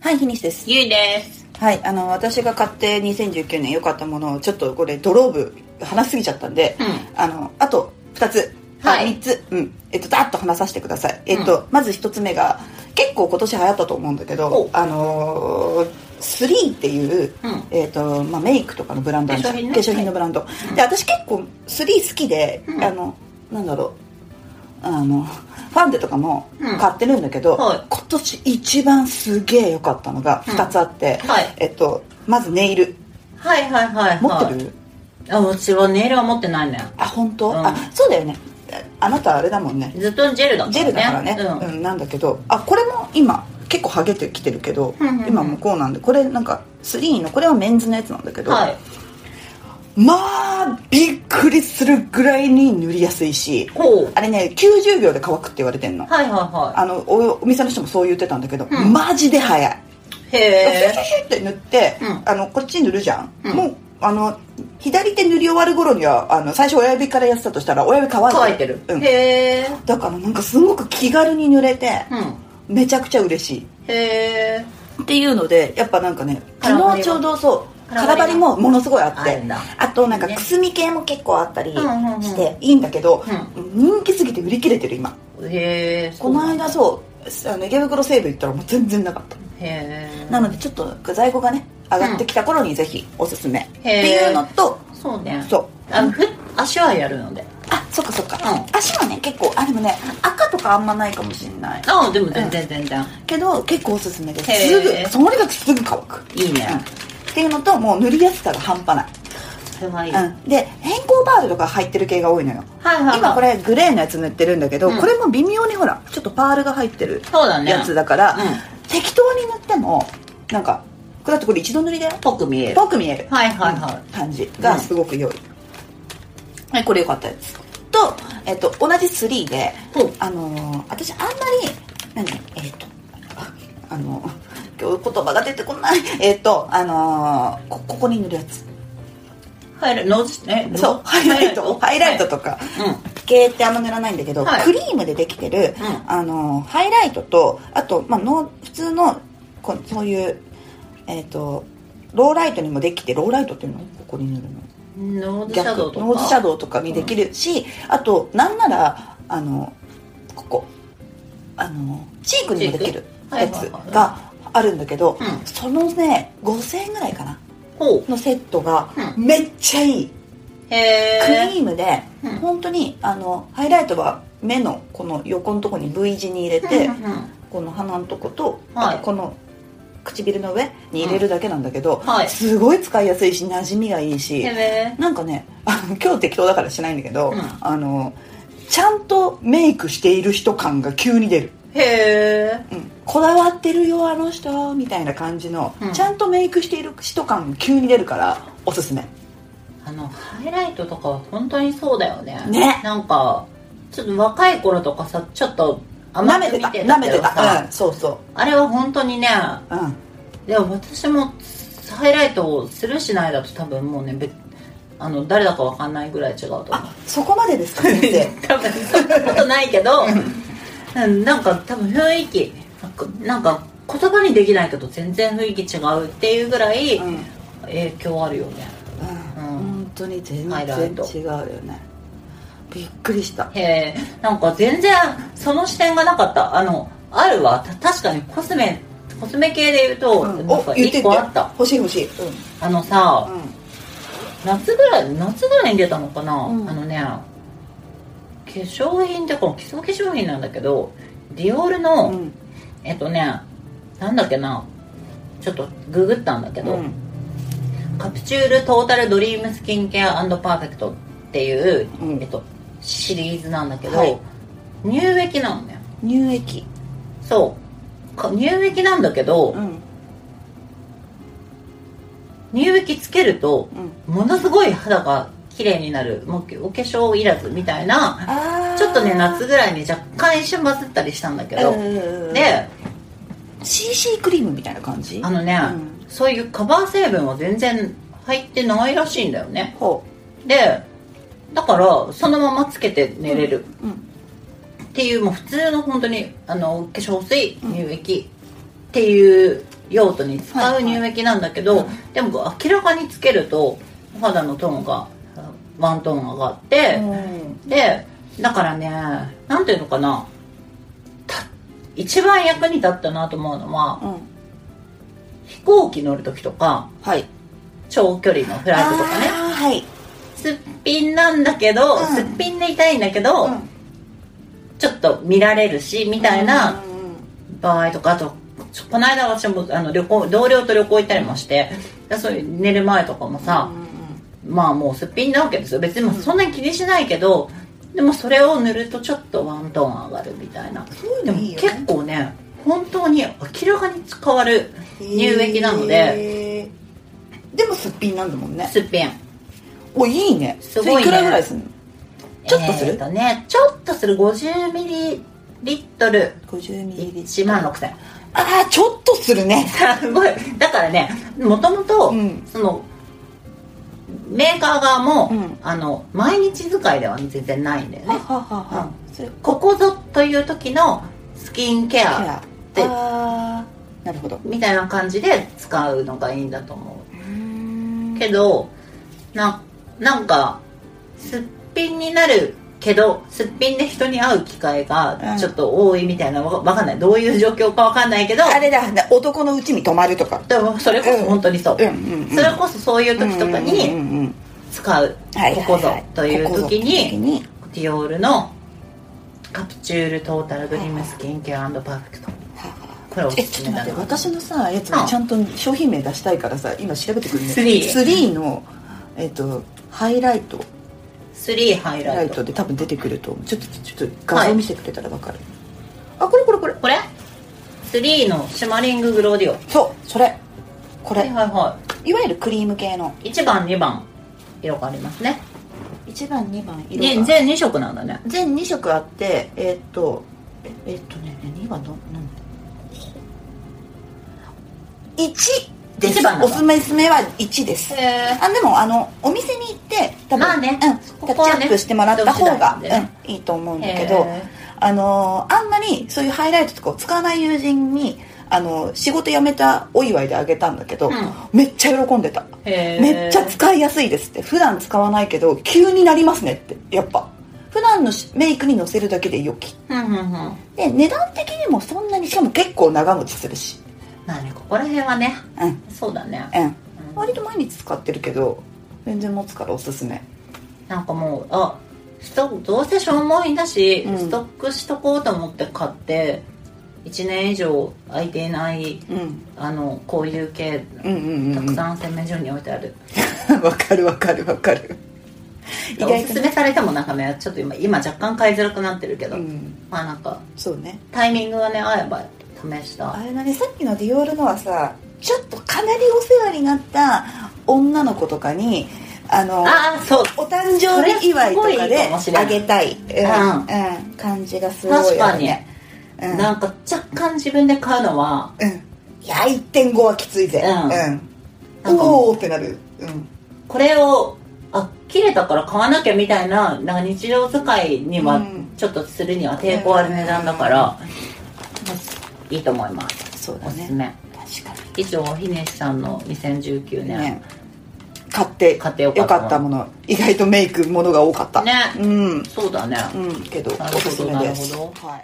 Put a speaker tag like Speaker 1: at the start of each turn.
Speaker 1: はい、フィニッシュです。
Speaker 2: ゆいです
Speaker 1: はい、あの、私が買って2019年良かったものを、ちょっとこれ、ドローブ、話しすぎちゃったんで、
Speaker 2: う
Speaker 1: あの、あと2つ、
Speaker 2: はい
Speaker 1: 3つ、うん、えっと、だっと話させてください。えっと、まず1つ目が、結構今年流行ったと思うんだけ
Speaker 2: お
Speaker 1: ど、あのー、3っていう、
Speaker 2: うん
Speaker 1: えっとまあ、メイクとかのブランドなんです
Speaker 2: 化粧品ね
Speaker 1: 化粧品のブランド、で私結構3好きで、
Speaker 2: うん
Speaker 1: あのなんだろうあのファンデとかも買ってるんだけど、
Speaker 2: うんはい
Speaker 1: 今年一番すげえ良かったのが2つあって、
Speaker 2: うんはい
Speaker 1: えっと、まずネイル
Speaker 2: はいはいはい、はい、
Speaker 1: 持ってる、
Speaker 2: あうちはネイルは持ってないね
Speaker 1: あ本当、
Speaker 2: うん
Speaker 1: あそうだよねあなたあれだもんね
Speaker 2: ずっとジェルだった
Speaker 1: ジェルだからね、
Speaker 2: うん
Speaker 1: うんなんだけどあこれも今結構ハゲてきてるけど、
Speaker 2: うんうんうん
Speaker 1: 今もこうなんでこれなんか3のこれはメンズのやつなんだけど、
Speaker 2: はい
Speaker 1: まあびっくりするぐらいに塗りやすいし
Speaker 2: ほう
Speaker 1: あれね90秒で乾くって言われてんの
Speaker 2: はいはいは
Speaker 1: あのおお店の人もそう言ってたんだけど、
Speaker 2: うん
Speaker 1: マジで早い
Speaker 2: い
Speaker 1: シュシュ
Speaker 2: へえ
Speaker 1: シュシュって塗って、
Speaker 2: うん
Speaker 1: あのこっちに塗るじゃん、
Speaker 2: うん
Speaker 1: もうあの左手塗り終わる頃にはあの最初親指からやってたとしたら親指乾いてるう
Speaker 2: 乾いてる、
Speaker 1: ん、
Speaker 2: へえ
Speaker 1: だからなんかすごく気軽に塗れて、
Speaker 2: う
Speaker 1: めちゃくちゃ嬉しい
Speaker 2: んへえ
Speaker 1: っていうのでやっぱなんかね
Speaker 2: カラバ
Speaker 1: 昨
Speaker 2: リも
Speaker 1: 日ちょうどそう
Speaker 2: カラ
Speaker 1: カラ
Speaker 2: バリが
Speaker 1: バリもものすごいあっ
Speaker 2: ある
Speaker 1: て
Speaker 2: んだ
Speaker 1: あとなんか
Speaker 2: いいね
Speaker 1: くすみ系も結構あったり
Speaker 2: うんうんうん
Speaker 1: していいんだけど、人気すぎて売り切れてる今
Speaker 2: へえ
Speaker 1: この間そうあの池袋西部行ったらもう全然なかった、
Speaker 2: へえ
Speaker 1: なのでちょっと在庫がね上がってきた頃にぜひおすすめって
Speaker 2: へー
Speaker 1: いうのと
Speaker 2: そうね
Speaker 1: そう
Speaker 2: あのふ足はやるので
Speaker 1: あそっかそっか、
Speaker 2: う
Speaker 1: 足はね結構あでもね赤とかあんまないかもしんない
Speaker 2: あでも全然全然、
Speaker 1: けど結構おすすめです
Speaker 2: へ
Speaker 1: す
Speaker 2: ー
Speaker 1: ぐそのりがくすぐ乾く
Speaker 2: いいね
Speaker 1: うんっていうのともう塗りやすさが半端ない
Speaker 2: それはいい、はい
Speaker 1: うん、で変更パールとか入ってる系が多いのよ
Speaker 2: はいはい
Speaker 1: 今これグレーのやつ塗ってるんだけど、
Speaker 2: うん
Speaker 1: これも微妙にほらちょっとパールが入ってる
Speaker 2: そうだね
Speaker 1: やつだから
Speaker 2: うん
Speaker 1: 適当に塗ってもなんかだってこれ一度塗りで
Speaker 2: ぽく見える
Speaker 1: ぽく見える、
Speaker 2: はいはいはい
Speaker 1: うん感じがすごく良い、はいこれ良かったですと,、えっと同じ3で、
Speaker 2: うん
Speaker 1: あのー私あんまり何えっ、とああの今日言葉が出てこないえっ、とあのーこここに塗るやつ
Speaker 2: ハイライトえノ
Speaker 1: そうハイライトハイライトとか、
Speaker 2: はいうん
Speaker 1: 系ってあんま塗らないんだけど、
Speaker 2: はい
Speaker 1: クリームでできてる、
Speaker 2: う
Speaker 1: あのハイライトとあと、まあ、の普通のこうそういう、えっとローライトにもできてローライトっていうのをここに塗るの
Speaker 2: ノーズシャ
Speaker 1: 逆
Speaker 2: ドウとか
Speaker 1: ノーズシャドウとかにできるし、あとなんならあのここあのチークにもできる
Speaker 2: チーク
Speaker 1: やつがあるんだけど、
Speaker 2: うん
Speaker 1: そのね5000円ぐらいかな
Speaker 2: ほ
Speaker 1: のセットが
Speaker 2: う
Speaker 1: めっちゃいい、
Speaker 2: うへ
Speaker 1: ク
Speaker 2: え
Speaker 1: リームで、
Speaker 2: うん
Speaker 1: 本当にあのハイライトは目のこの横のとこに V 字に入れて、
Speaker 2: うんうん
Speaker 1: この鼻のとこと、
Speaker 2: はい
Speaker 1: あとこの唇の上に入れるだけなんだけど、
Speaker 2: うんはい
Speaker 1: すごい使いやすいし馴染みがいいし、
Speaker 2: へえ
Speaker 1: なんかねあの今日適当だからしないんだけど、
Speaker 2: うん
Speaker 1: あのちゃんとメイクしている人感が急に出る、
Speaker 2: へえ
Speaker 1: うんこだわってるよあの人みたいな感じの、
Speaker 2: うん
Speaker 1: ちゃんとメイクしている人感が急に出るからおすすめ
Speaker 2: あのハイライトとかは本当にそうだよね
Speaker 1: ね
Speaker 2: なんかちょっと若い頃とかさちょっと
Speaker 1: な
Speaker 2: 甘
Speaker 1: め
Speaker 2: く
Speaker 1: て
Speaker 2: 見
Speaker 1: た
Speaker 2: て
Speaker 1: な
Speaker 2: た
Speaker 1: め
Speaker 2: け
Speaker 1: て
Speaker 2: ど
Speaker 1: た、
Speaker 2: さ
Speaker 1: うん、そうそ
Speaker 2: あれは本当にね
Speaker 1: ううん
Speaker 2: でも私もハイライトをするしないだと多分もうねべあの誰だかわかんないぐらい違うと思う
Speaker 1: あそこまで ですか先生
Speaker 2: 多分そんなことないけど、うん、なんか多分雰囲気なんかなんか言葉にできないけど全然雰囲気違うっていうぐらい
Speaker 1: うん、うん、
Speaker 2: 影響あるよね
Speaker 1: 本当に全
Speaker 2: ハイライト
Speaker 1: 然違うよねびっくりした
Speaker 2: へえんか全然その視点がなかったあのあるわた確かにコスメコスメ系で言うと、
Speaker 1: うん
Speaker 2: なんか1個あった
Speaker 1: 欲しい欲しいうん
Speaker 2: あのさ、
Speaker 1: うん
Speaker 2: 夏ぐらい夏ぐらいに出たのかな、
Speaker 1: うん
Speaker 2: あのね化粧品っていうか基礎化粧品なんだけどディオールの、
Speaker 1: うん
Speaker 2: えっとねなんだっけなちょっとググったんだけど、
Speaker 1: うん
Speaker 2: カプチュールトータルドリームスキンケアパーフェクトっていう、
Speaker 1: うん
Speaker 2: えっと、シリーズなんだけど、
Speaker 1: はい
Speaker 2: 乳液なのね
Speaker 1: 乳液
Speaker 2: そうか乳液なんだけど、
Speaker 1: うん
Speaker 2: 乳液つけると
Speaker 1: うん
Speaker 2: ものすごい肌が綺麗になるもうお化粧いらずみたいな
Speaker 1: あー
Speaker 2: ちょっとね夏ぐらいに若干一瞬バズったりしたんだけど、
Speaker 1: うんうんうん
Speaker 2: で
Speaker 1: CC クリームみたいな感じ
Speaker 2: あのね、
Speaker 1: うん
Speaker 2: そういうカバー成分は全然入ってないらしいんだよね
Speaker 1: ほ
Speaker 2: でだからそのままつけて寝れる
Speaker 1: ううん
Speaker 2: っていう、もう普通の本当にあの化粧水乳液っていう用途に使
Speaker 1: は
Speaker 2: う
Speaker 1: いはい
Speaker 2: 乳液なんだけど、でも明らかにつけるとお肌のトーンがワントーン上がって、でだからねなんていうのかなた一番役に立ったなと思うのは
Speaker 1: うん
Speaker 2: 飛行機乗る時とか
Speaker 1: はい
Speaker 2: 長距離のフライトとかね
Speaker 1: あーはい
Speaker 2: すっぴんなんだけど、
Speaker 1: うん
Speaker 2: すっぴんでいたいんだけど、ちょっと見られるしみたいな
Speaker 1: うんうん
Speaker 2: 場合とかあとちょこの間私もあの旅行同僚と旅行行ったりもしてでそういう寝る前とかもさ、
Speaker 1: うんうん
Speaker 2: まあもうすっぴんなわけですよ別にもうそんなに気にしないけど、でもそれを塗るとちょっとワントーン上がるみたいな
Speaker 1: そういう
Speaker 2: で
Speaker 1: の
Speaker 2: も
Speaker 1: いいよね
Speaker 2: 結構ね本当に明らかに変わる乳液なので
Speaker 1: ででもすっぴんなんだもんね
Speaker 2: すっぴん
Speaker 1: おいいね
Speaker 2: すご
Speaker 1: それい
Speaker 2: いね
Speaker 1: くらぐらいするのちょっとする
Speaker 2: えーとねちょっとする50ミリリットル
Speaker 1: 50ミリリットル
Speaker 2: 1万6000
Speaker 1: ああちょっとするね
Speaker 2: すごいだからねもともと
Speaker 1: うん
Speaker 2: そのメーカー側も、
Speaker 1: うん
Speaker 2: あの毎日使いでは全然ないんだよね
Speaker 1: はは
Speaker 2: は
Speaker 1: それ
Speaker 2: ここぞという時のスキンケ
Speaker 1: か
Speaker 2: ア
Speaker 1: ら
Speaker 2: で
Speaker 1: あーなるほど
Speaker 2: みたいな感じで使うのがいいんだと思
Speaker 1: う
Speaker 2: うんけどななんかすっぴんになるけどすっぴんで人に会う機会
Speaker 1: う
Speaker 2: が
Speaker 1: ん
Speaker 2: ちょっと多いみたいなわわかんないどういう状況かわかんないけど
Speaker 1: あれだな男のうちに泊まるとか
Speaker 2: でもそれこそ本当にそう、
Speaker 1: うんうんうん
Speaker 2: それこそそういう時とかに、
Speaker 1: うんうんうん
Speaker 2: 使う、
Speaker 1: はい
Speaker 2: こ
Speaker 1: はい
Speaker 2: こぞ
Speaker 1: はい
Speaker 2: という時
Speaker 1: ここぞという時
Speaker 2: に
Speaker 1: に
Speaker 2: ディオールのカプチュールトータルドリームスキンケアパーフェクトこれお
Speaker 1: え
Speaker 2: す
Speaker 1: ち
Speaker 2: す
Speaker 1: ょっ
Speaker 2: め
Speaker 1: と
Speaker 2: だ
Speaker 1: 待って
Speaker 2: な
Speaker 1: 私のさやつ
Speaker 2: う
Speaker 1: も
Speaker 2: ん
Speaker 1: ちゃんと商品名出したいからさ今調べてくるね
Speaker 2: スリー
Speaker 1: 3のえっ、とハイライト
Speaker 2: 3ハイ
Speaker 1: ラ
Speaker 2: ラ
Speaker 1: イ
Speaker 2: イト
Speaker 1: トで多分出てくると思うちょっとちょっと画像見せてくれたらわかる、あこれこれこれ
Speaker 2: これ3のシマリンググローディオ
Speaker 1: そうそれこ
Speaker 2: はい
Speaker 1: れ
Speaker 2: はいはい
Speaker 1: わゆるクリーム系の
Speaker 2: い1番2番色がありますね
Speaker 1: 1番2番色
Speaker 2: ね
Speaker 1: が
Speaker 2: 全2色なんだね
Speaker 1: 全2色あってえーっとええーっとね2番のなんだ1です
Speaker 2: 一番なの
Speaker 1: おすすめは1です
Speaker 2: へえ
Speaker 1: あでもあのお店に行って多分、
Speaker 2: まあね
Speaker 1: うん、
Speaker 2: こ
Speaker 1: タ
Speaker 2: こ
Speaker 1: ッチ
Speaker 2: は
Speaker 1: ア
Speaker 2: ね
Speaker 1: ップしてもらった方が、
Speaker 2: 人次第なんで
Speaker 1: うん、いいと思うんだけど
Speaker 2: へえ
Speaker 1: あのーあんまりそういうハイライトとかを使わない友人にあのー仕事辞めたお祝いであげたんだけど、
Speaker 2: うん
Speaker 1: めっちゃ喜んでた
Speaker 2: へえ
Speaker 1: めっちゃ使いやすいですって普段使わないけど急になりますねってやっぱ普段のしメイクにのせるだけで良き
Speaker 2: うんうんうんま
Speaker 1: で値段的にもそんなにしかも結構長持ちするし
Speaker 2: あねここら辺はね
Speaker 1: うん
Speaker 2: そうだね
Speaker 1: うん
Speaker 2: うん
Speaker 1: 割と毎日使ってるけど全然持つからおすすめ
Speaker 2: なんかもうあストどうせ消耗品だし、
Speaker 1: うん
Speaker 2: ストックしとこうと思って買って1年以上空いていない
Speaker 1: うん
Speaker 2: あのこういう系
Speaker 1: うんうん
Speaker 2: た
Speaker 1: うんう
Speaker 2: く
Speaker 1: んわ
Speaker 2: さん洗面所に置いてある、
Speaker 1: かる わかるわかる意
Speaker 2: お
Speaker 1: 外
Speaker 2: す
Speaker 1: と
Speaker 2: す
Speaker 1: ね
Speaker 2: めされてもなんかねちょっと今今若干買いづらくなってるけど、
Speaker 1: うん
Speaker 2: まあなんか
Speaker 1: そうね
Speaker 2: タイミングがね合えば試した
Speaker 1: あれだねさっきのディオールのはさちょっとかなりお世話になった女の子とかにあの
Speaker 2: ああそう
Speaker 1: お誕生日祝いとかであげたい、うん
Speaker 2: か
Speaker 1: う
Speaker 2: も
Speaker 1: ん感じがすごいあるねうん
Speaker 2: なんか若干自分で買うのは
Speaker 1: うんいや1.5はきついぜ
Speaker 2: うん
Speaker 1: うん、
Speaker 2: なんか
Speaker 1: おおってなるうん
Speaker 2: これをあ切れたから買わなきゃみたいななんか日常使いには、
Speaker 1: うん
Speaker 2: ちょっとするには抵抗ある値段だから、いいと思います
Speaker 1: そうだ
Speaker 2: おすす
Speaker 1: ね
Speaker 2: め
Speaker 1: 確か
Speaker 2: 以上ひねしさんの2019
Speaker 1: に
Speaker 2: 年
Speaker 1: ね買って
Speaker 2: 買ってよかった
Speaker 1: もの意外とメイクものが多かった
Speaker 2: ね
Speaker 1: うん
Speaker 2: そうだね、
Speaker 1: うんけど
Speaker 2: な
Speaker 1: お
Speaker 2: るほど
Speaker 1: すすめです
Speaker 2: なるほ
Speaker 1: はい